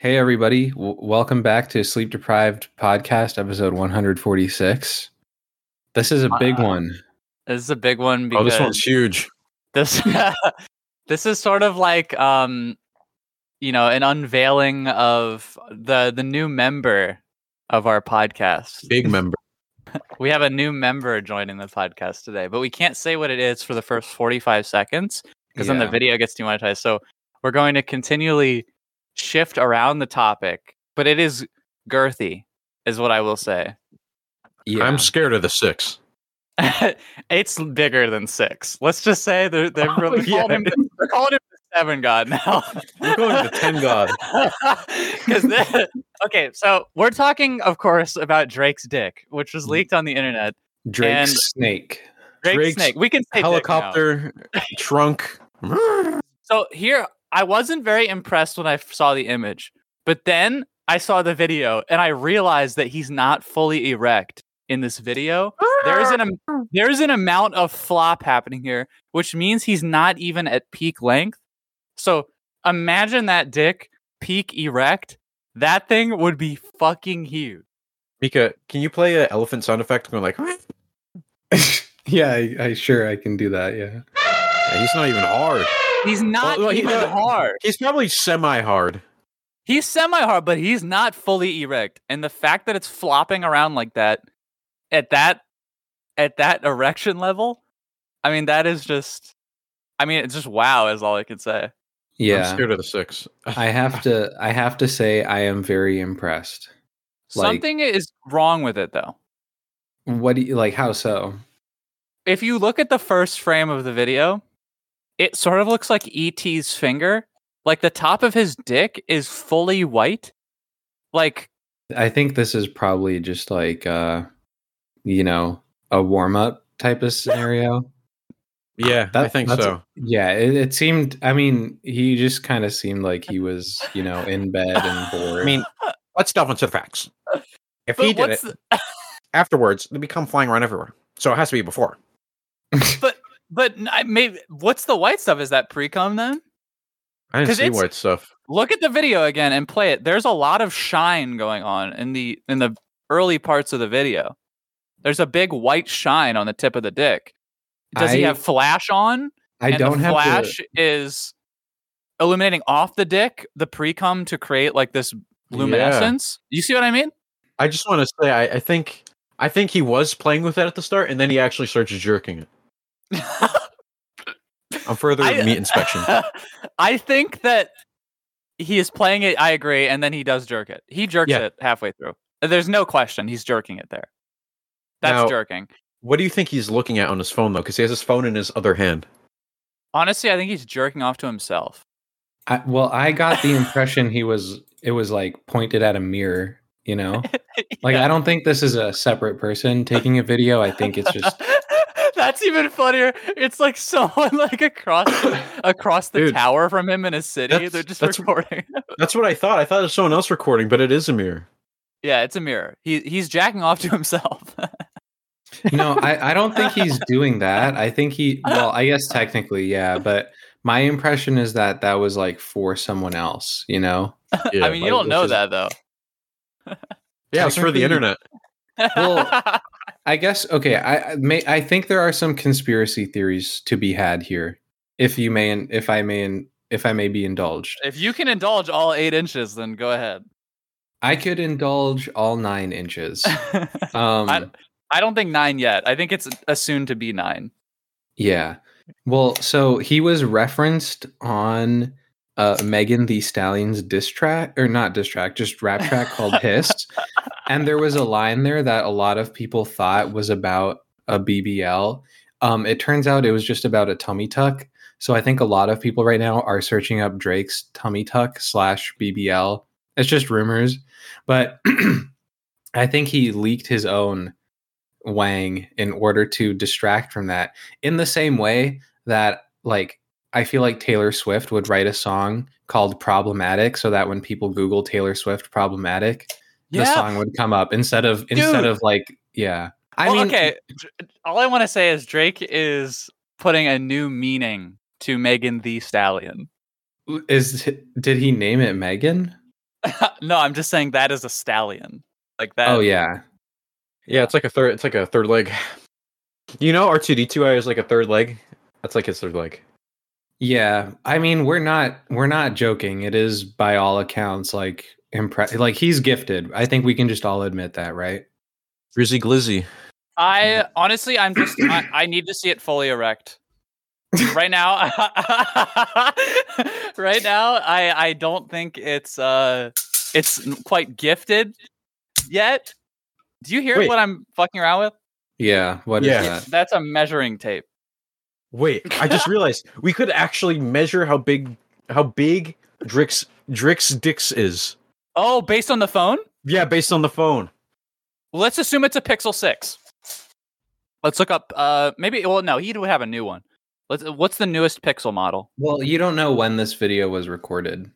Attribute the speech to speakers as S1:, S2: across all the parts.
S1: Hey, everybody. W- welcome back to Sleep Deprived Podcast, episode 146. This is a big
S2: Wow.
S1: one.
S2: This is a big one
S3: Oh,
S2: because
S3: this one's huge.
S2: this this is sort of like um you know an unveiling of the the new member of our podcast.
S3: Big member.
S2: We have a new member joining the podcast today, but we can't say what it is for the first 45 seconds because then the
S1: Yeah.
S2: video gets demonetized. So we're going to continually shift around the topic, but it is girthy is what I will say.
S1: Yeah.
S3: I'm scared of the six.
S2: it's bigger than six. Let's just say they're they're
S1: Oh,
S2: really
S1: yeah.
S2: calling him, they're calling him the seven god now.
S3: We're going to the ten god.
S2: Because okay, so we're talking, of course, about Drake's dick, which
S3: Mm-hmm.
S2: was leaked on the internet.
S1: Drake
S2: and-
S1: Snake.
S2: Drake
S3: Drake's
S2: Snake. We can say dick now.
S3: Helicopter trunk.
S2: So here, I wasn't very impressed when I f- saw the image, but then I saw the video and I realized that he's not fully erect in this video. There's an am- there's an amount of flop happening here, which means he's not even at peak length. So imagine that dick peak erect. That thing would be fucking huge.
S3: Mika, can you play an elephant sound effect? Going like, "Yeah,
S1: Yeah, I, I sure I can do that. Yeah.
S3: he's not even hard.
S2: He's not
S3: well, he-
S2: even hard.
S3: He's probably semi-hard.
S2: He's semi hard, but he's not fully erect. And the fact that it's flopping around like that at that at that erection level, I mean that is just I mean it's just wow is all I could say.
S3: I'm
S1: Yeah.
S3: scared of the six.
S1: I have to I have to say I am very impressed. Like-
S2: Something is wrong with it though.
S1: What do you like how so?
S2: If you look at the first frame of the video, it sort of looks like ET's finger. Like the top of his dick is fully white. Like
S1: I think this is probably just like uh you know, a warm-up type of scenario.
S3: Yeah, I
S1: That-
S3: think
S1: that's-
S3: so.
S1: Yeah, it, it seemed. I mean, he just kind of seemed like he was, you know, in bed and bored.
S3: I mean, let's delve into the facts. If
S2: but
S3: he did it
S2: what's the-
S3: afterwards, they become flying around everywhere. So it has to be before.
S2: but n- I- maybe what's the white stuff? Is that pre cum then?
S3: I didn't
S2: 'Cause
S3: see
S2: it's-
S3: white stuff.
S2: look at the video again and play it there's a lot of shine going on in the in the early parts of the video there's a big white shine on the tip of the dick does he
S1: I-
S2: have flash on
S1: I
S2: And the
S1: don't have
S2: flash
S1: to,
S2: is illuminating off the dick the pre-cum to create like this
S3: Yeah.
S2: luminescence you see what i mean
S3: I just want to say, I, I think, I think he was playing with that at the start, and then he actually starts jerking it. I'm further
S2: I-
S3: meat inspection.
S2: i think that he is playing it i agree and then he does jerk it he jerks
S3: Yeah.
S2: it halfway through there's no question he's jerking it there that's
S3: Now-
S2: jerking
S3: What do you think he's looking at on his phone though? Because he has his phone in his other hand.
S2: Honestly, I think he's jerking off to himself.
S1: I, well, I got the impression he was. It was like pointed at a mirror. You know, like I don't think this is a separate person taking a video. I think it's just.
S2: That's even funnier. It's like someone like across across the
S3: Dude,
S2: tower from him in a city.
S3: that's-
S2: They're just
S3: that's-
S2: recording.
S3: That's what I thought. I thought it was someone else recording, but it is a mirror.
S2: yeah, it's a mirror. He he's jacking off to himself.
S1: No, I, I don't think he's doing that. I think he. Well, I guess technically, yeah, but my impression is that that was like for someone else. You know.
S3: Yeah,
S2: I mean, you don't
S3: like, this
S2: know
S3: is-
S2: that though.
S3: Yeah, it's for the
S1: Technically-
S3: internet.
S1: Well- I guess okay. I I may I think there are some conspiracy theories to be had here, if you may, and if I may, and if I may be indulged.
S2: if you can indulge all eight inches, then go ahead.
S1: I could indulge all nine inches. Um,
S2: I- I don't think nine yet. I think it's assumed to be nine.
S1: yeah. Well, so he was referenced on uh, Megan the Stallion's diss track, or not diss track, just rap track called "Pissed," and there was a line there that a lot of people thought was about a BBL. Um, it turns out it was just about a tummy tuck. So I think a lot of people right now are searching up Drake's tummy tuck slash BBL. It's just rumors, but I think he leaked his own Wang in order to distract from that. In the same way that, like, I feel like Taylor Swift would write a song called "Problematic," so that when people Google Taylor Swift "problematic," the song would come up instead of instead
S2: Dude.
S1: of like, yeah. I
S2: well,
S1: mean,
S2: okay. Dr- All I want to say is Drake is putting a new meaning to Megan the Stallion.
S1: is did he name it Megan?
S2: Uh, no, I'm just saying that is a stallion. Like that.
S1: Oh yeah.
S3: Yeah, it's like a third. It's like a third leg. You know, R two D two is like a third leg. That's like his third leg.
S1: Yeah. I mean, we're not we're not joking. It is by all accounts like impress like he's gifted. I think we can just all admit that, right?
S3: Drizzy Glizzy.
S2: I honestly, I'm just. I, I need to see it fully erect. Right now, right now, I I don't think it's uh it's quite gifted yet. Do you hear
S3: Wait.
S2: what I'm fucking around with?
S1: Yeah. What is
S3: Yeah.
S1: that?
S2: That's a measuring tape.
S3: Wait, I just realized we could actually measure how big how big Drix Drix Dix is.
S2: Oh, based on the phone?
S3: Yeah, based on the phone.
S2: Well, let's assume it's a Pixel 6. Let's look up uh maybe well no, he would have a new one. Let's what's the newest Pixel model?
S1: Well, you don't know when this video was recorded.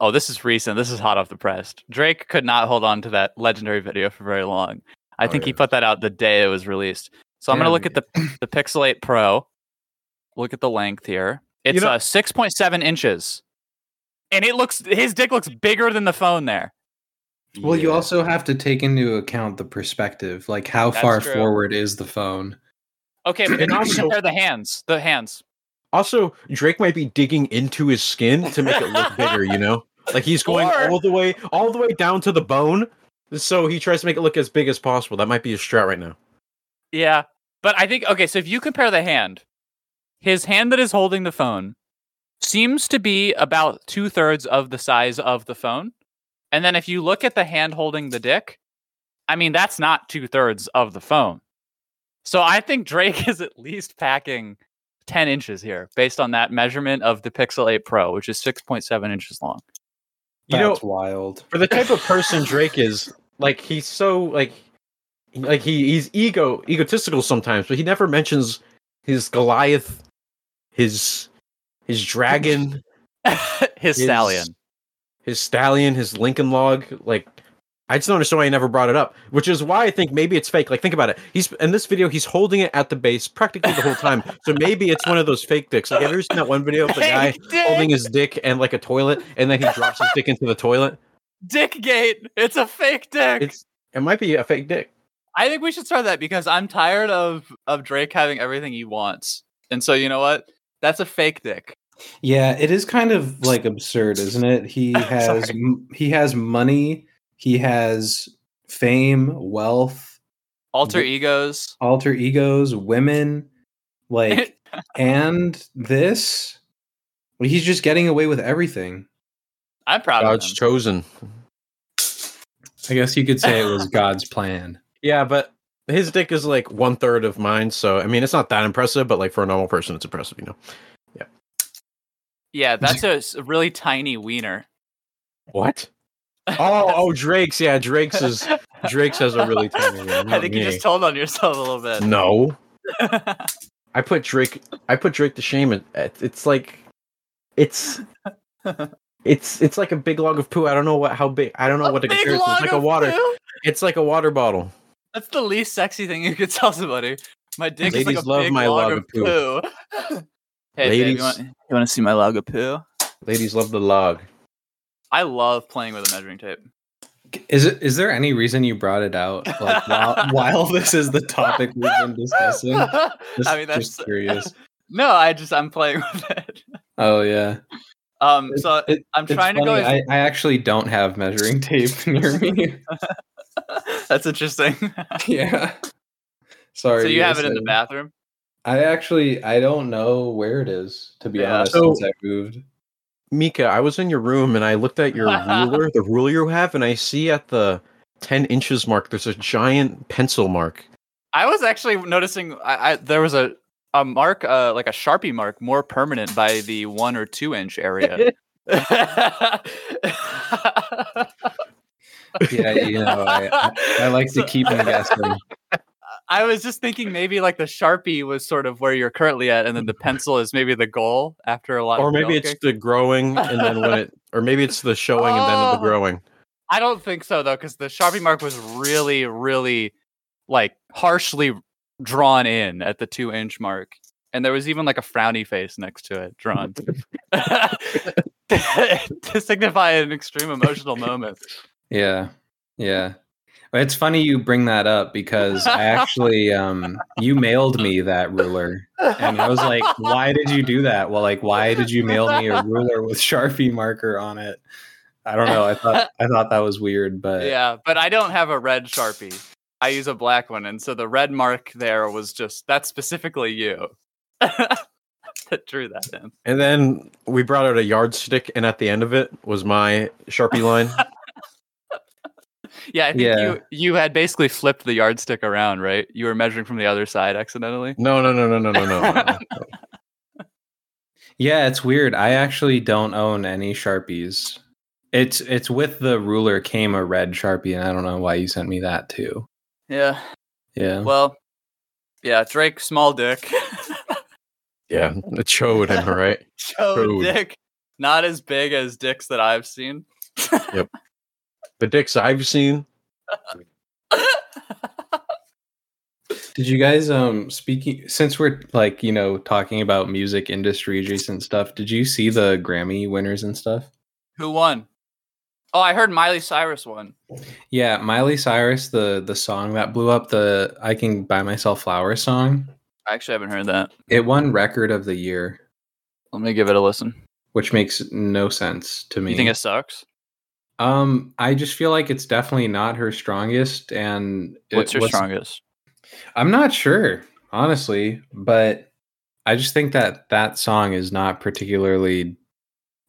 S2: Oh, this is recent. This is hot off the press. Drake could not hold on to that legendary video for very long. I
S1: Oh,
S2: think he
S1: yeah.
S2: put that out the day it was released. So I'm going
S1: Yeah,
S2: to look at the the Pixel 8 Pro. Look at the length here. It's
S3: know-
S2: uh, 6.7 inches. And it looks his dick looks bigger than the phone there.
S1: Well, you
S3: Yeah.
S1: also have to take into account the perspective, like how
S2: That's
S1: far
S2: true.
S1: forward is the phone.
S2: Okay, but
S3: And
S2: then you
S3: also-
S2: can compare the hands. The hands.
S3: Also, Drake might be digging into his skin to make it look bigger, you know? Like he's going
S2: Or-
S3: all the way all the way down to the bone. So he tries to make it look as big as possible. That might be his strat right now.
S2: Yeah. But I think okay, so if you compare the hand, his hand that is holding the phone seems to be about two thirds of the size of the phone. And then if you look at the hand holding the dick, I mean that's not two thirds of the phone. So I think Drake is at least packing 10 inches here based on that measurement of the Pixel 8 Pro, which is 6.7 inches long.
S3: You know,
S1: That's wild.
S3: for the type of person Drake is, like he's so like like he he's ego egotistical sometimes, but he never mentions his Goliath, his his dragon,
S2: His
S3: His-
S2: stallion.
S3: his stallion, his Lincoln log. Like I just don't understand why he never brought it up, which is why I think maybe it's fake. Like think about it. He's in this video, he's holding it at the base practically the whole time, so maybe it's one of those fake dicks. Like have you ever seen that one video of the guy
S2: Hey, dick,
S3: holding his dick and like a toilet, and then he drops his dick into the toilet?
S2: dick gate. It's a fake dick.
S3: It's it might be a fake dick.
S2: I think we should start that because I'm tired of of Drake having everything he wants. And so you know what? That's a fake dick.
S1: Yeah, it is kind of like absurd, isn't it? He has m- he has money, he has fame, wealth,
S2: Alter
S1: Wh-
S2: egos.
S1: alter egos, women, like and this Like, he's just getting away with everything.
S2: I'm proud of
S3: God's
S2: him.
S3: chosen.
S1: I guess you could say it was God's plan.
S3: Yeah, but his dick is like one third of mine. So I mean, it's not that impressive, but like for a normal person, it's impressive, you know.
S2: yeah, that's a s- really tiny wiener.
S3: What? Oh, oh, Drake's. Yeah, Drake's is Drake's has a really tiny. one,
S2: I
S3: not
S2: think you
S3: me.
S2: just told on yourself a little bit.
S3: no. I put Drake. I put Drake to shame. It. It's like, it's. It's it's like a big log of poo. I don't know what how big. I don't know what to
S2: big
S3: compare it to. It's
S2: log
S3: like a
S2: of
S3: water.
S2: poo?
S3: It's like a water bottle.
S2: That's the least sexy thing you could tell somebody. My dick is like
S3: Ladies
S2: a
S3: love
S2: big
S3: my
S2: log
S3: log
S2: of
S3: of
S2: poo. hey, babe,
S3: Ladies-
S2: you want, you want to see my log of poo?
S3: Ladies love the log.
S2: I love playing with a measuring tape.
S1: Is it is there any reason you brought it out like while, while this is the topic we've been discussing? Just,
S2: I mean, that's
S1: just curious.
S2: no. I just I'm playing with it.
S1: Oh yeah.
S2: Um, so
S1: It-
S2: I'm
S1: it's
S2: trying to go.
S1: funny,
S2: as-
S1: I, I actually don't have measuring tape near me.
S2: That's interesting.
S1: yeah. Sorry.
S2: so you have it in
S1: listen.
S2: the bathroom.
S1: I actually I don't know where it is to be
S2: Yeah.
S1: honest
S3: So-
S1: since I moved.
S3: Mika, I was in your room and I looked at your ruler, the ruler you have, and I see at the 10 inches mark, there's a giant pencil mark.
S2: I was actually noticing I, I there was a a mark, uh, like a sharpie mark, more permanent by the one or two inch area.
S1: Yeah, you know, I, I, I like to
S2: So-
S1: keep them guessing.
S2: I was just thinking maybe like the sharpie was sort of where you're currently at, and then the pencil is maybe the goal after a lot.
S3: Or
S2: of
S3: maybe
S2: milking.
S3: it's the growing and then when it, or maybe it's the showing and then
S2: Oh.
S3: the growing.
S2: I don't think so though, because the Sharpie mark was really, really like harshly drawn in at the two inch mark. and there was even like a frowny face next to it drawn to signify an extreme emotional moment.
S1: Yeah. Yeah. Well, It's funny you bring that up because I actually um you mailed me that ruler and I was like, why did you do that? Well, like why did you mail me a ruler with Sharpie marker on it? I don't know. I thought I thought that was weird, but
S2: Yeah, but I don't have a red sharpie. I use a black one, and so the red mark there was just that's specifically you that drew that in.
S3: And then we brought out a yardstick, and at the end of it was my Sharpie line.
S2: Yeah, I think
S1: Yeah.
S2: you you had basically flipped the yardstick around, right? You were measuring from the other side accidentally.
S3: No, no, no, no, no, no, no. no.
S1: yeah, it's weird. I actually don't own any Sharpies. It's it's with the ruler came a red Sharpie and I don't know why you sent me that too.
S2: Yeah.
S1: Yeah.
S2: Well, yeah, Drake small dick.
S3: Yeah, it showed him, right?
S2: Joe
S3: Dude.
S2: dick. Not as big as dicks that I've seen.
S3: The dicks I've seen.
S1: Did you guys um speaking since we're like, you know, talking about music industry adjacent stuff, did you see the Grammy winners and stuff?
S2: Who won? Oh, I heard Miley Cyrus won.
S1: Yeah, Miley Cyrus, the the song that blew up the I Can Buy Myself Flowers song.
S2: I actually haven't heard that.
S1: It won record of the year,
S2: Let me give it a listen.
S1: which makes no sense to me.
S2: You think it sucks?
S1: um I just feel like it's definitely not her strongest and it
S2: What's your
S1: was-
S2: strongest?
S1: I'm not sure, honestly, but I just think that that song is not particularly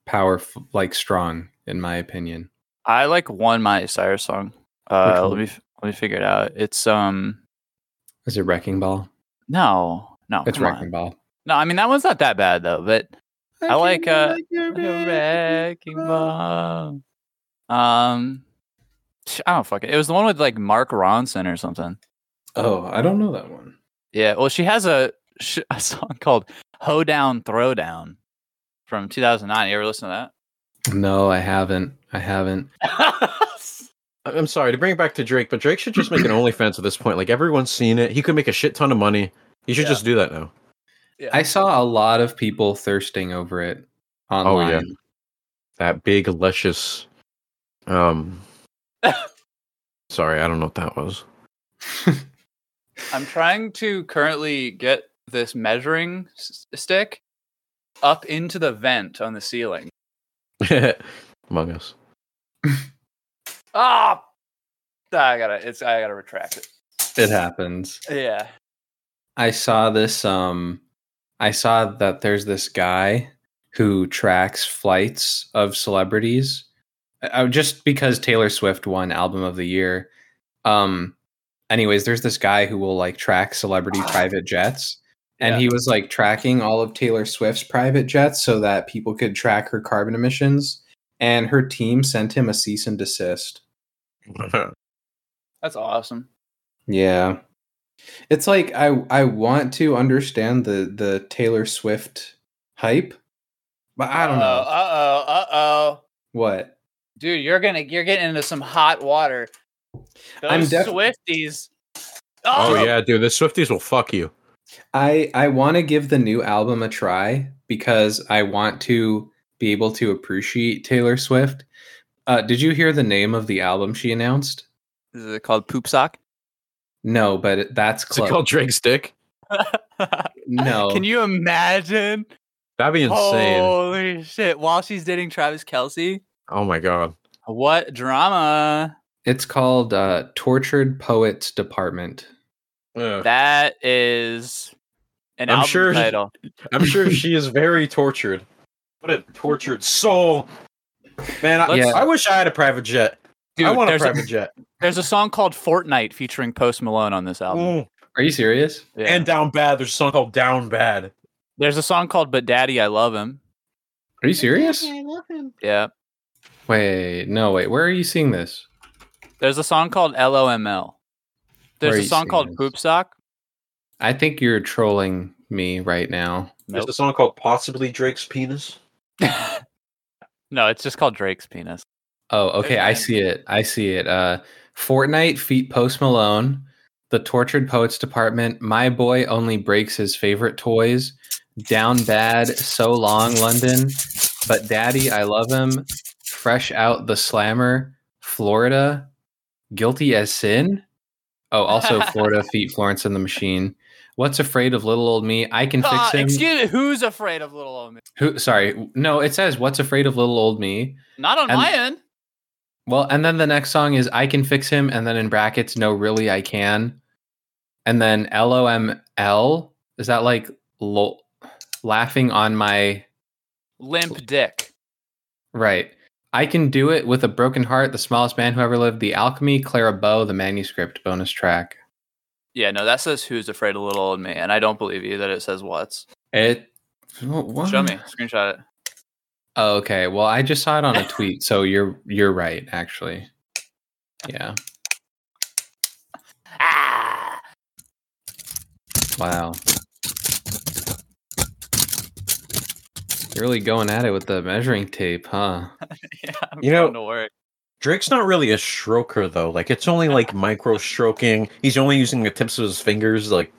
S1: powerful, like strong, in my opinion.
S2: I like one Miley Cyrus song. Uh,
S1: Which
S2: let me f- let me figure it out. It's um
S1: Is it Wrecking Ball?
S2: no no
S1: it's
S2: come on.
S1: Wrecking Ball.
S2: no. I mean that one's not that bad though. But I like, uh, like a
S1: uh,
S2: wrecking ball. Um, psh, I don't fucking. It was the one with like Mark Ronson or something.
S1: Oh, I don't know that one.
S2: Yeah. Well, she has a sh- a song called "Hoedown Throwdown" from 2009. You ever listen to
S1: No, I haven't. I haven't.
S2: that?
S3: I- I'm sorry to bring it back to Drake, but Drake should just make an OnlyFans at this point. Like everyone's seen it. He could make a shit ton of money. He should
S2: Yeah.
S3: just do that now.
S1: I saw a lot of people thirsting over it online.
S3: yeah. That big luscious. Um. sorry, I don't know what that was.
S2: I'm trying to currently get this measuring s- stick up into the vent on the ceiling.
S3: Among Us.
S2: Ah, I gotta, it's I gotta retract it.
S1: It happens.
S2: Yeah.
S1: I saw this um I saw that there's this guy who tracks flights of celebrities. Uh, just because Taylor Swift won album of the year. Um anyways, there's this guy who will like track celebrity private jets and
S2: Yeah.
S1: he was like tracking all of Taylor Swift's private jets so that people could track her carbon emissions and her team sent him a cease and desist.
S2: That's awesome.
S1: Yeah. It's like I I want to understand the the Taylor Swift hype, but I don't know
S2: Uh oh. Uh oh.
S1: what.
S2: Dude, you're gonna, you're getting into some hot water. Those
S1: I'm def-
S2: Swifties.
S3: oh yeah, dude, the Swifties will fuck you.
S1: I I want to give the new album a try because I want to be able to appreciate Taylor Swift. Uh did you hear the name of the album she announced?
S2: Is it called poop sock?
S1: No, but it- that's
S3: Is it
S1: close.
S3: called Drake's dick? Oh.
S1: no.
S2: Can you imagine?
S3: That'd be insane. Oh,
S2: Holy shit! While she's dating Travis Kelsey,
S3: my god.
S2: what drama?
S1: It's called uh Tortured Poets Department.
S3: Ugh.
S2: That is an
S3: Oh. I'm
S2: album
S3: sure-
S2: title.
S3: I'm sure she is very tortured. What a tortured soul. Man, I,
S1: Let's-
S3: I wish I had a private jet. I want a
S2: there's,
S3: private
S2: a,
S3: jet.
S2: there's a song called Fortnite featuring Post Malone on this album.
S3: Mm.
S1: Are you serious?
S2: Yeah.
S3: And Down Bad. There's a song called Down Bad.
S2: there's a song called But Daddy I Love Him.
S1: Are you serious?
S2: Yeah.
S1: Wait, no, wait. Where are you seeing this?
S2: There's a song called LOML. There's
S1: Where
S2: a
S1: you
S2: song
S1: seeing
S2: called
S1: this?
S2: Poop Sock.
S1: I think you're trolling me right now.
S3: There's a song called Possibly Drake's Penis.
S2: No, it's just called Drake's penis.
S1: Oh, okay. I
S2: Okay.
S1: see it. I see it. Uh Fortnite feat Post Malone. The Tortured Poets Department, My Boy Only Breaks His Favorite Toys, Down Bad, So Long London, But Daddy, I Love Him, Fresh Out the Slammer, Florida, Guilty as Sin. Oh, also Florida Feet Florence and the Machine. What's Afraid of Little Old Me? I Can
S2: Uh,
S1: Fix Him.
S2: excuse me, who's afraid of little old me?
S1: Who, sorry, no, it says What's Afraid of Little Old Me.
S2: Not on
S1: And-
S2: my end.
S1: Well, and then the next song is I Can Fix Him, and then in brackets, No, Really, I Can. And then LOML. Is that like lo- laughing on my
S2: Limp dick.
S1: right? I Can Do It with a Broken Heart, The Smallest Man Who Ever Lived, The Alchemy, Clara Bow, The Manuscript, bonus track.
S2: Yeah, no, that says who's afraid of little old me, and I don't believe you that it says what's.
S1: It. What?
S2: Show me, screenshot it.
S1: Oh, okay. Well, I just saw it on a tweet, so you're you're right, actually. Yeah.
S2: Ah!
S1: Wow. You're really going at it with the measuring tape, huh?
S2: Yeah, I'm
S3: You know-
S2: going to work.
S3: Drake's not really a stroker though. Like it's only like micro stroking. He's only using the tips of his fingers. Like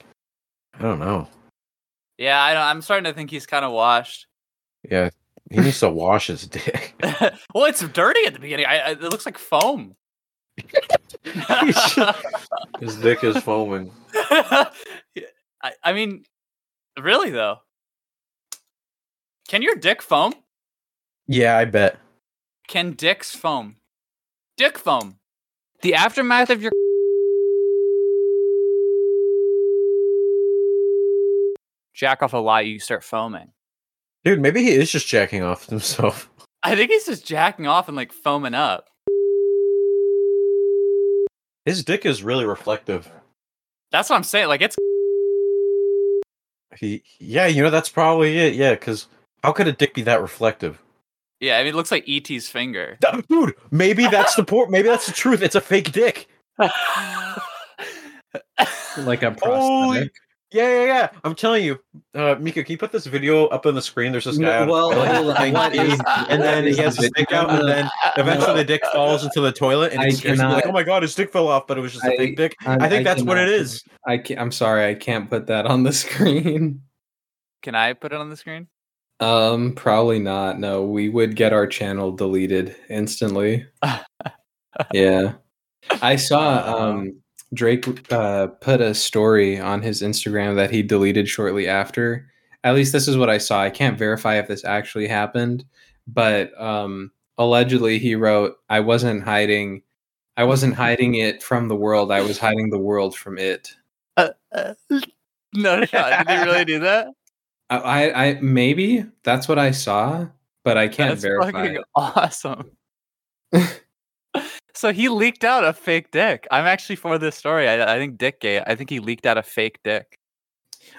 S3: I don't know.
S2: Yeah, I don't, I'm starting to think he's kind of washed.
S3: Yeah, he needs to wash his dick.
S2: well, it's dirty at the beginning. I, I, it looks like foam.
S3: His dick is foaming.
S2: I, I mean, really though, can your dick foam?
S3: Yeah, I bet.
S2: Can dicks foam? Dick foam. The aftermath of your jack off a lie, you start foaming.
S3: Dude, maybe he is just jacking off himself.
S2: I think he's just jacking off and like foaming up.
S3: His dick is really reflective.
S2: That's what I'm saying. Like it's
S3: He, yeah, you know that's probably it. Yeah, because how could a dick be that reflective?
S2: yeah. I mean, it looks like ET's finger.
S3: Th- Dude, maybe that's the port. Maybe that's the truth. It's a fake dick.
S1: Like a
S3: Holy-
S1: prosthetic.
S3: Yeah, yeah, yeah. I'm telling you, uh, Mika, can you put this video up on the screen? There's this guy. on a toilet thing, he- and then he has his dick out, and then eventually the dick falls into the toilet, and
S1: I
S3: he's like,
S1: cannot-
S3: "Oh my god, his dick fell off," but it was just a
S1: I-
S3: fake dick. I think that's what it is.
S1: I can't, I'm sorry, I can't put that on the screen.
S2: Can I put it on the screen?
S1: Um, probably not. No, we would get our channel deleted instantly. yeah. I saw
S2: Uh-huh.
S1: um Drake uh put a story on his Instagram that he deleted shortly after. At least this is what I saw. I can't verify if this actually happened, but um allegedly he wrote, I wasn't hiding I wasn't hiding it from the world. I was hiding the world from it.
S2: Uh, uh, no, no, no. Did he really do that?
S1: I I, I maybe that's what I saw, but I can't
S2: That's
S1: verify.
S2: fucking
S1: it.
S2: awesome. so he leaked out a fake dick. I'm actually for this story. I, I think Dick Gate. I think he leaked out a fake dick.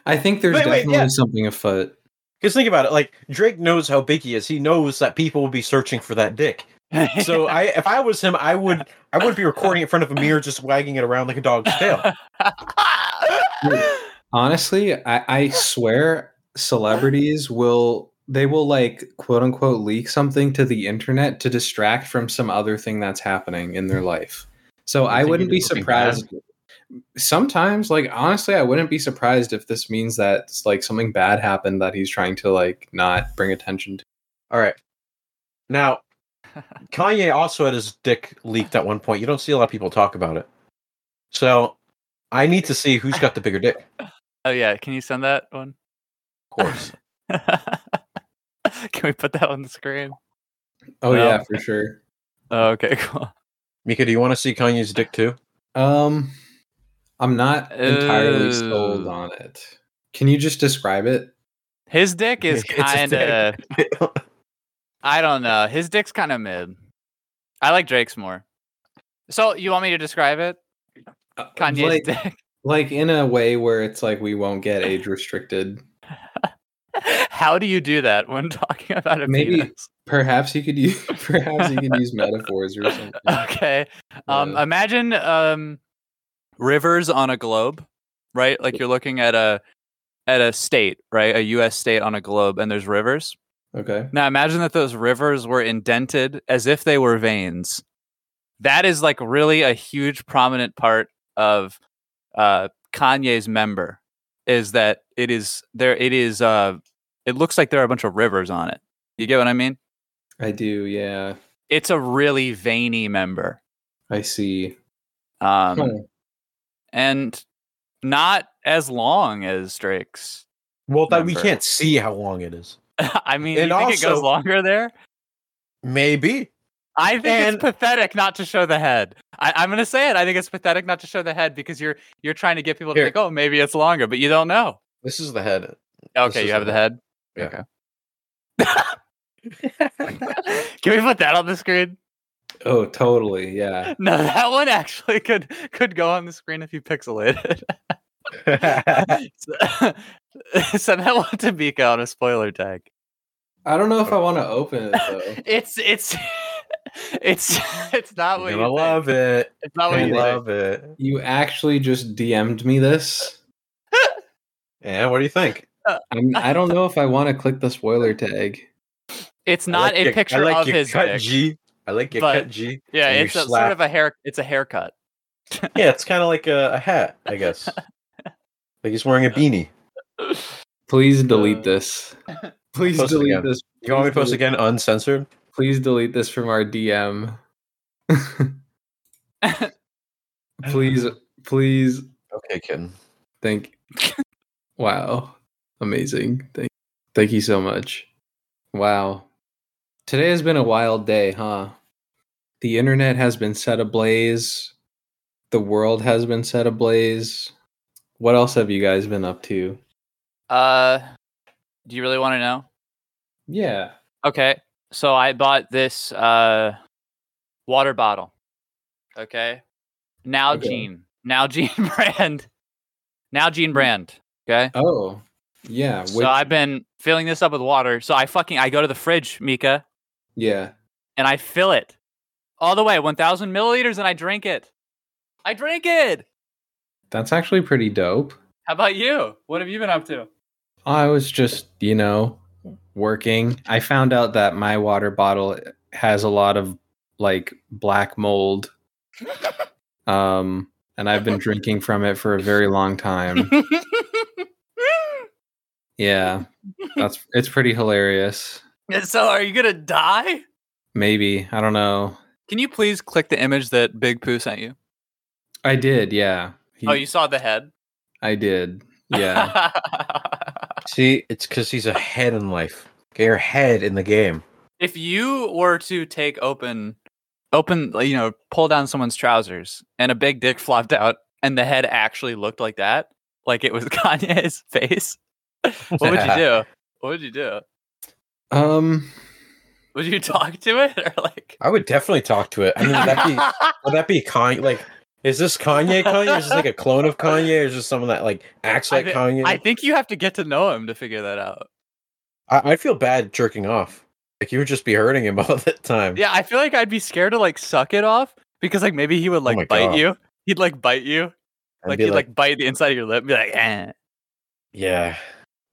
S1: I think there's
S3: Wait, wait,
S1: definitely
S3: yeah.
S1: something afoot.
S3: Because think about it, like Drake knows how big he is. He knows that people will be searching for that dick. So I, if I was him, I would, I would be recording in front of a mirror, just wagging it around like a dog's tail.
S1: Honestly, I, I swear celebrities will they will like quote unquote leak something to the internet to distract from some other thing that's happening in their life. So I
S3: think
S1: wouldn't
S3: it
S1: be
S3: is looking
S1: surprised. Sometimes, like honestly, I wouldn't be surprised if this means that like something bad happened that he's trying to like not bring attention to.
S3: All right. Now, Kanye also had his dick leaked at one point. You don't see a lot of people talk about it. So I need to see who's got the bigger dick.
S2: oh yeah, can you send that one?
S3: Of course.
S2: can we put that on the screen?
S1: Oh
S2: Well-
S1: yeah, for sure.
S2: Oh, okay, cool.
S3: Mika, do you want to see Kanye's dick too?
S1: Um, I'm not entirely sold
S2: Ooh.
S1: on it. Can you just describe it?
S2: His dick is
S3: It's a
S2: kind of. I don't know. His dick's kind of mid. I like Drake's more. So you want me to describe it?
S1: Uh,
S2: Kanye's
S1: like,
S2: dick.
S1: like in a way where it's like we won't get age restricted.
S2: How do you do that when talking about a
S1: Maybe-
S2: penis?
S1: Perhaps you could use perhaps you could use metaphors or something.
S2: Okay. Um,
S1: Yeah.
S2: imagine um, rivers on a globe, right? Like you're looking at a at a state, right? A U.S. state on a globe, and there's rivers.
S1: Okay.
S2: Now imagine that those rivers were indented as if they were veins. That is like really a huge prominent part of uh, Kanye's member is that it is there. It is. Uh, it looks like there are a bunch of rivers on it. You get what I mean?
S1: I do, yeah.
S2: It's a really veiny member,
S1: I see.
S2: um,
S1: Huh.
S2: and not as long as Drake's.
S3: Well, that we
S2: Remember.
S3: can't see how long it is.
S2: I mean,
S3: And
S2: you think it goes
S3: also-
S2: longer there?
S3: Maybe.
S2: I think
S3: And-
S2: it's pathetic not to show the head. I, I'm gonna say it. I think it's pathetic not to show the head because you're you're trying to get people to
S3: Here.
S2: think, oh, maybe it's longer, but you don't know.
S3: This is the head.
S2: Okay,
S3: is
S2: you have
S3: the
S2: the head.
S3: Yeah.
S2: Okay. Can we put that on the screen?
S1: Oh, totally, yeah.
S2: No, that one actually could could go on the screen if you pixelate it. So- Send that one to Mika on a spoiler tag.
S1: I don't know if I want to open it though.
S2: It's it's it's it's not what
S3: You're
S2: you
S3: gonna
S2: think.
S3: love it.
S2: It's not what
S1: Gonna
S2: you
S3: I
S2: think.
S3: love it.
S1: you actually just DM'd me this.
S3: And what do you think?
S1: I'm, I don't know if I want to click the spoiler tag.
S2: It's
S3: I
S2: not
S3: like your-
S2: a picture
S3: I like
S2: of
S3: your
S2: his
S3: cut
S2: dick.
S3: G. I like your
S2: but-
S3: cut G.
S2: Yeah,
S3: and your
S2: it's a, sort
S3: slap.
S2: of a hair. It's a haircut.
S3: Yeah, it's kind of like a, a hat, I guess. like he's wearing a beanie.
S1: Please delete this. Please
S3: Post it
S1: delete
S3: again.
S1: this.
S3: You want me to
S1: Please
S3: post
S1: do.
S3: again uncensored?
S1: Please delete this from our DM. please, please.
S3: Okay, kid.
S1: Thank. Wow, amazing. Thank, thank you so much. Wow, today has been a wild day, huh? The internet has been set ablaze. The world has been set ablaze. What else have you guys been up to?
S2: Uh, do you really want to know?
S1: Yeah.
S2: Okay, so I bought this uh water bottle. Okay, Nalgene, Nalgene brand, Nalgene brand. Okay,
S1: Oh, yeah.
S2: so
S1: which-
S2: I've been filling this up with water. So I fucking I go to the fridge, Mika,
S1: yeah.
S2: and I fill it all the way, one thousand milliliters, and I drink it. I drink it.
S1: That's actually pretty dope.
S2: How about you? What have you been up to?
S1: I was just, you know, working. I found out that my water bottle has a lot of like black mold. Um, and I've been drinking from it for a very long time. Yeah. That's it's pretty hilarious.
S2: so are you gonna die?
S1: Maybe, I don't know.
S2: Can you please click the image that Big Pooh sent you?
S1: I did, yeah. He-
S2: Oh, you saw the head.
S1: I did. Yeah.
S3: See, it's because he's ahead in life. Get your head in the game.
S2: if you were to take open, open, like, you know, pull down someone's trousers, and a big dick flopped out, and the head actually looked like that, like it was Kanye's face, what would you do? What would you do?
S1: um
S2: Would you talk to it or like?
S3: I would definitely talk to it. I mean, would that be would that be Kanye? Like, is this Kanye? Kanye? Is this like a clone of Kanye? Or is this someone that like acts
S2: I
S3: like
S2: thi-
S3: Kanye?
S2: I think you have to get to know him to figure that out.
S3: I, I'd feel bad jerking off. Like you would just be hurting him all the time.
S2: Yeah, I feel like I'd be scared to like suck it off because like maybe he would like
S3: Oh my
S2: bite
S3: God.
S2: you. He'd like bite you.
S3: I'd
S2: like
S3: be
S2: he'd like, bite the inside of your lip and be like, eh.
S3: yeah.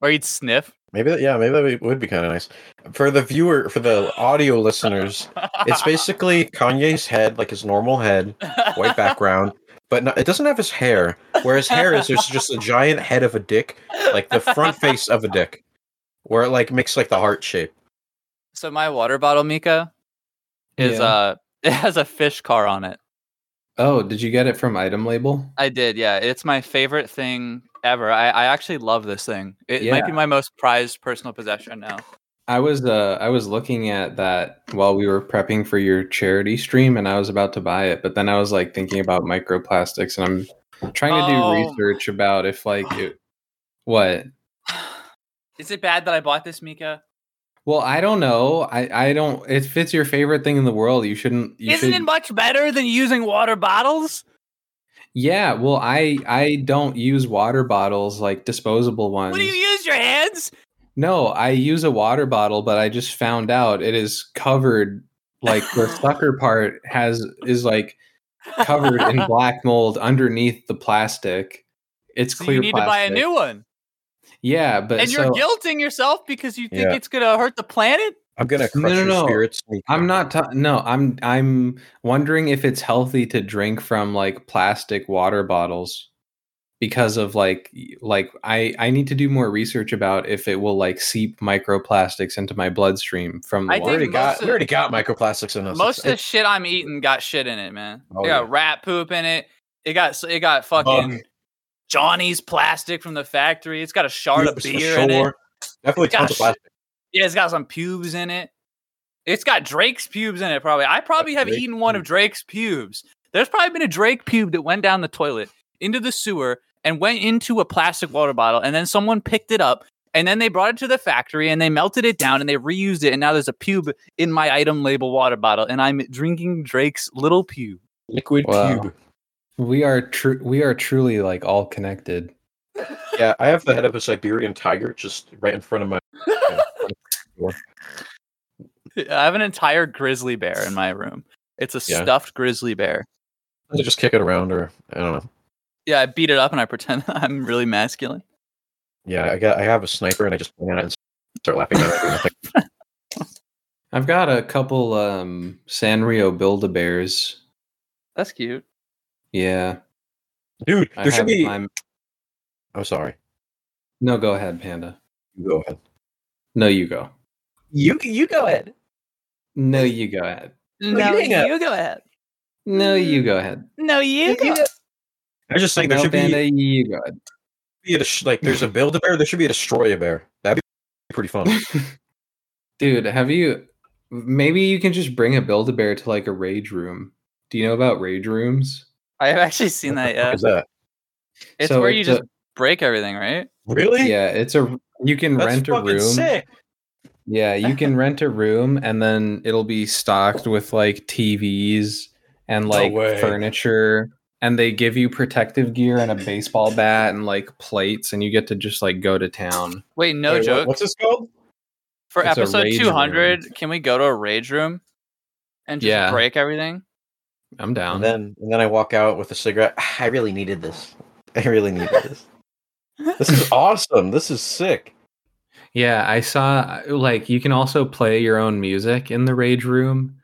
S2: Or he'd sniff.
S3: Maybe that, yeah, maybe that would- would be kind of nice for the viewer, for the audio listeners. It's basically Kanye's head, like his normal head, white background, but no, it doesn't have his hair. Where his hair is, there's just a giant head of a dick, like the front face of a dick, where it like makes like the heart shape.
S2: So my water bottle, Mika, is
S1: yeah.
S2: uh it has a fish car on it.
S1: Oh, did you get it from item label?
S2: I did, yeah. It's my favorite thing ever. I, I actually love this thing. It might be my most prized personal possession now.
S1: I was uh I was looking at that while we were prepping for your charity stream and I was about to buy it, but then I was like thinking about microplastics and I'm trying to
S2: Oh.
S1: do research about if like it, what
S2: Is it bad that I bought this, Mika?
S1: well, I don't know. I, I don't if it's your favorite thing in the world, you shouldn't you
S2: Isn't
S1: should-
S2: it much better than using water bottles?
S1: Yeah, well I I don't use water bottles like disposable ones.
S2: What do you use your hands?
S1: No, I use a water bottle, but I just found out it is covered like the sucker part has is like covered in black mold underneath the plastic. It's
S2: So
S1: clear
S2: you need to buy a
S1: plastic.
S2: new one.
S1: Yeah, but
S2: and you're
S1: so-
S2: guilting yourself because you think
S3: Yeah.
S2: it's gonna hurt the planet.
S3: I'm gonna
S1: No,
S3: crush
S1: no,
S3: your
S1: no.
S3: spirits. Nico.
S1: I'm not ta- no, I'm I'm wondering if it's healthy to drink from like plastic water bottles. because of like like I I need to do more research about if it will like seep microplastics into my bloodstream from the
S2: I
S3: We
S1: water.
S2: think
S3: already
S2: most
S3: got
S2: of-
S3: we already got microplastics in us.
S2: Most of the
S3: It's-
S2: shit I'm eating got shit in it, man.
S3: Oh,
S2: it got
S3: yeah.
S2: rat poop in it. It got it got fucking
S3: Bug.
S2: Johnny's plastic from the factory. It's got a shard of
S3: it's-
S2: beer
S3: sure.
S2: in it.
S3: Definitely
S2: Gosh.
S3: tons of plastic.
S2: Yeah, it's got some pubes in it. It's got Drake's pubes in it, probably. I probably have
S3: Drake's
S2: eaten one of Drake's pubes. There's probably been a Drake pube that went down the toilet into the sewer and went into a plastic water bottle, and then someone picked it up, and then they brought it to the factory and they melted it down and they reused it, and now there's a pube in my item label water bottle, and I'm drinking Drake's little pube.
S3: Liquid
S1: Wow.
S3: cube.
S1: We are true we are truly like all connected.
S3: Yeah, I have the head of a Siberian tiger just right in front of my.
S2: I have an entire grizzly bear in my room. It's a
S3: Yeah.
S2: stuffed grizzly bear.
S3: I just kick it around, or I don't know.
S2: Yeah, I beat it up and I pretend I'm really masculine.
S3: Yeah, I got I have a sniper, and I just point at it and start laughing at it. and I think,
S1: I've got a couple um Sanrio Build-A-Bears.
S2: That's cute.
S1: Yeah.
S3: Dude,
S1: I
S3: there should
S1: have
S3: be.
S1: my-
S3: I'm sorry.
S1: No, go ahead, Panda.
S3: You go ahead.
S1: No, you go.
S3: You you go ahead.
S1: No, you go ahead.
S2: No,
S3: you go-
S2: go ahead.
S1: No, you go ahead.
S2: No, you
S3: go ahead. I was just saying there
S1: no,
S3: should
S1: Panda,
S3: be,
S1: you go ahead.
S3: be a, des- like there's a build a bear. There should be a destroy a bear. That'd be pretty fun.
S1: Dude, have you? Maybe you can just bring a Build a Bear to like a rage room. Do you know about rage rooms?
S2: I've actually seen
S3: What the
S2: that.
S3: fuck
S2: Yeah,
S3: is that
S2: it's
S1: So
S2: where you
S1: it's
S2: just
S1: a-
S2: break everything, right?
S3: really?
S1: yeah, it's a you can
S3: That's
S1: rent a
S3: fucking
S1: room.
S3: sick.
S1: Yeah, you can rent a room and then it'll be stocked with like TVs and like
S3: way.
S1: furniture. And they give you protective gear and a baseball bat and like plates, and you get to just like go to town.
S2: Wait, no
S3: Wait, what-
S2: joke.
S3: what's this called?
S2: For
S1: it's a
S2: episode
S1: rage
S2: two hundred, can we go to a rage room and just
S1: Yeah.
S2: break everything?
S1: I'm down.
S3: And then and then I walk out with a cigarette. I really needed this. I really needed this. this is awesome. This is sick.
S1: Yeah, I saw like you can also play your own music in the rage room.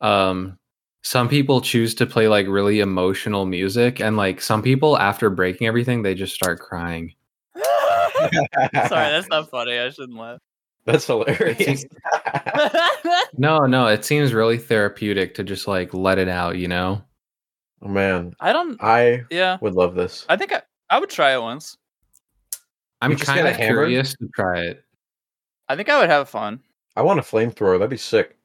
S1: Um some people choose to play like really emotional music and like some people after breaking everything they just start crying.
S2: Sorry, that's not funny. I shouldn't laugh.
S3: that's hilarious.
S1: No, no, it seems really therapeutic to just like let it out, you know?
S3: oh, man,
S2: I don't.
S3: I
S2: Yeah,
S3: would love this.
S2: I think I, I would try it once.
S1: I'm
S3: You just get
S1: kind
S3: a
S1: of
S3: hammer?
S1: curious to try it.
S2: I think I would have fun.
S3: I want a flamethrower. That'd be sick.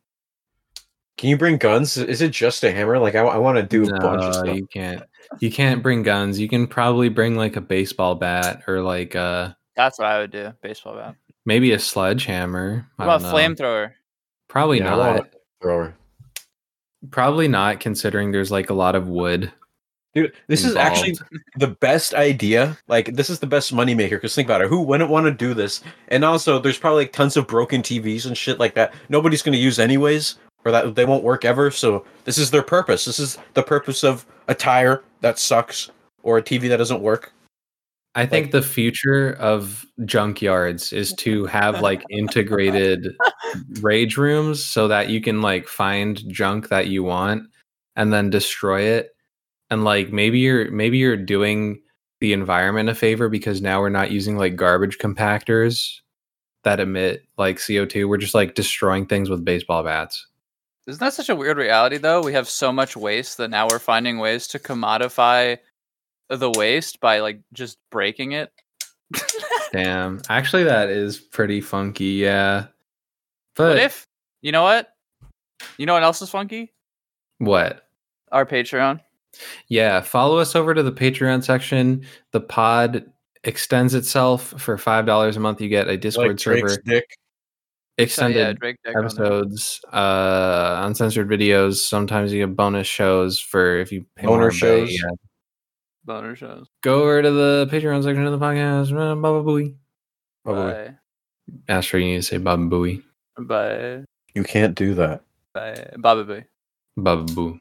S3: Can you bring guns? Is it just a hammer? Like I, I want to do a bunch
S1: No,
S3: of stuff.
S1: you can't. You can't bring guns. You can probably bring like a baseball bat or like uh
S2: That's what I would do. Baseball bat.
S1: maybe a sledgehammer. I
S2: What about
S1: don't know.
S2: flamethrower?
S1: Probably
S3: Yeah,
S1: not.
S3: I want a flamethrower.
S1: Probably not, considering there's like a lot of wood.
S3: Dude, this is actually
S1: involved.
S3: the best idea. Like, this is the best moneymaker. Because think about it. Who wouldn't want to do this? And also, there's probably like, tons of broken TVs and shit like that. Nobody's going to use anyways, or that they won't work ever. So this is their purpose. This is the purpose of a tire that sucks or a TV that doesn't work.
S1: I think the future of junkyards is to have like integrated rage rooms so that you can like find junk that you want and then destroy it. And like maybe you're maybe you're doing the environment a favor because now we're not using like garbage compactors that emit like CO2. We're just like destroying things with baseball bats.
S2: Isn't that such a weird reality, though? We have so much waste that now we're finding ways to commodify the waste by like just breaking it.
S1: Damn. Actually that is pretty funky, yeah. But,
S2: What if you know what? You know what else is funky?
S1: what?
S2: Our Patreon.
S1: Yeah, follow us over to the Patreon section. The pod extends itself for five dollars a month. You get a Discord
S3: Like
S1: server,
S3: Drake's dick.
S2: So, yeah,
S1: extended
S2: Drake Dick on there.
S1: episodes, uh, uncensored videos. Sometimes you get bonus shows for if you pay more,
S3: Boner
S1: but
S3: shows.
S1: yeah.
S2: Boner shows.
S1: Go over to the Patreon section of the podcast. Blah, blah, blah, blah.
S3: Probably.
S2: Bye.
S1: Astro, you need to say Baba Booey.
S2: Bye.
S3: You can't do that.
S2: Bye. Baba Booey.
S1: Baba Boo.